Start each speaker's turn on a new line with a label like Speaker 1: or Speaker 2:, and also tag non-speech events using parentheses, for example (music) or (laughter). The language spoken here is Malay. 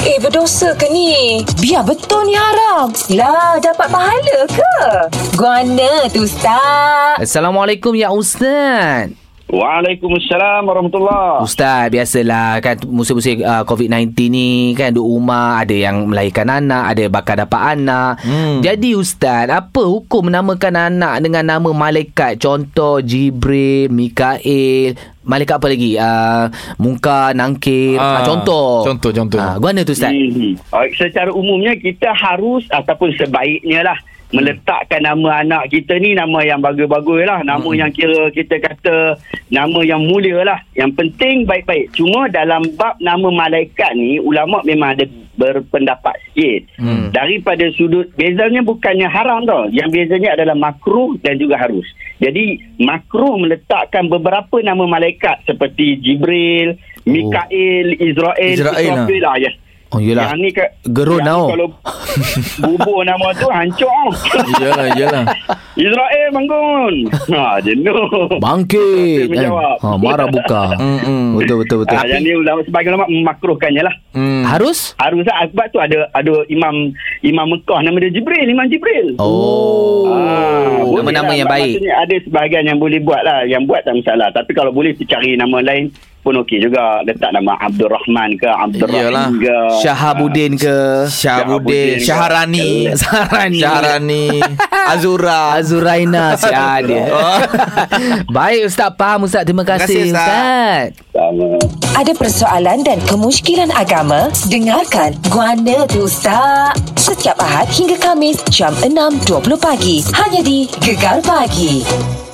Speaker 1: Eh, berdosa ke ni? Biar betul ni haram. Lah, dapat pahala ke? Guana tu, Ustaz.
Speaker 2: Assalamualaikum ya Ustaz.
Speaker 3: Waalaikumsalam warahmatullahi
Speaker 2: Ustaz biasalah kan musim-musim uh, COVID-19 ni kan duduk rumah ada yang melahirkan anak, ada bakal dapat anak. Hmm. Jadi Ustaz, apa hukum menamakan anak dengan nama malaikat? Contoh Jibril, Mikail, malaikat apa lagi? Uh, Mungkar, Nangkir. Uh,
Speaker 4: Ah,
Speaker 2: contoh.
Speaker 4: contoh, contoh.
Speaker 2: Uh, guana tu Ustaz.
Speaker 3: Hmm. Uh, secara umumnya kita harus ataupun sebaiknya lah meletakkan nama anak kita ni nama yang bagus-bagus lah nama hmm. yang kira kita kata nama yang mulia lah yang penting baik-baik cuma dalam bab nama malaikat ni ulama memang ada berpendapat sikit hmm. daripada sudut bezanya bukannya haram tau yang bezanya adalah makruh dan juga harus jadi makruh meletakkan beberapa nama malaikat seperti Jibril Mikail Oh. Israel
Speaker 4: Israel lah.
Speaker 3: Israfil lah yes.
Speaker 2: Oh yelah.
Speaker 3: Yang ni ke,
Speaker 2: Gerun
Speaker 3: yang
Speaker 2: tau. (laughs)
Speaker 3: ni Kalau bubur nama tu hancur. (laughs)
Speaker 4: Iyalah, iyalah.
Speaker 3: Israel bangun. Ha, jenuh.
Speaker 2: Bangkit.
Speaker 3: Dia menjawab.
Speaker 2: ha, marah
Speaker 3: (laughs)
Speaker 2: buka.
Speaker 4: Mm-mm.
Speaker 2: betul betul betul.
Speaker 3: Ha, yang ni ulama sebagai ulama memakruhkannya lah.
Speaker 4: Hmm.
Speaker 2: Harus?
Speaker 3: Harus lah sebab tu ada ada imam imam Mekah nama dia Jibril, imam Jibril.
Speaker 2: Oh.
Speaker 3: Ah, boleh
Speaker 2: Nama-nama
Speaker 3: lah.
Speaker 2: yang
Speaker 3: Sebab
Speaker 2: baik.
Speaker 3: Maksudnya ada sebahagian yang boleh buat lah. Yang buat tak masalah. Tapi kalau boleh tu cari nama lain pun okey juga. Letak nama Abdul Rahman ke Abdul
Speaker 4: Iyalah.
Speaker 3: Rahim ke.
Speaker 2: Ah, Syahabuddin ke
Speaker 4: Syahabudin, Syaharani,
Speaker 2: Syaharani.
Speaker 4: Syaharani, Azura.
Speaker 2: Azuraina si dia.
Speaker 4: Oh.
Speaker 2: (laughs) Baik Ustaz faham Ustaz Terima kasih,
Speaker 4: Terima kasih, Ustaz.
Speaker 2: Ustaz.
Speaker 3: Sama.
Speaker 1: Ada persoalan dan kemusykilan agama? Dengarkan Guana tu, Ustaz. Setiap Ahad hingga Kamis, jam 6.20 pagi. Hanya di Gegar Pagi.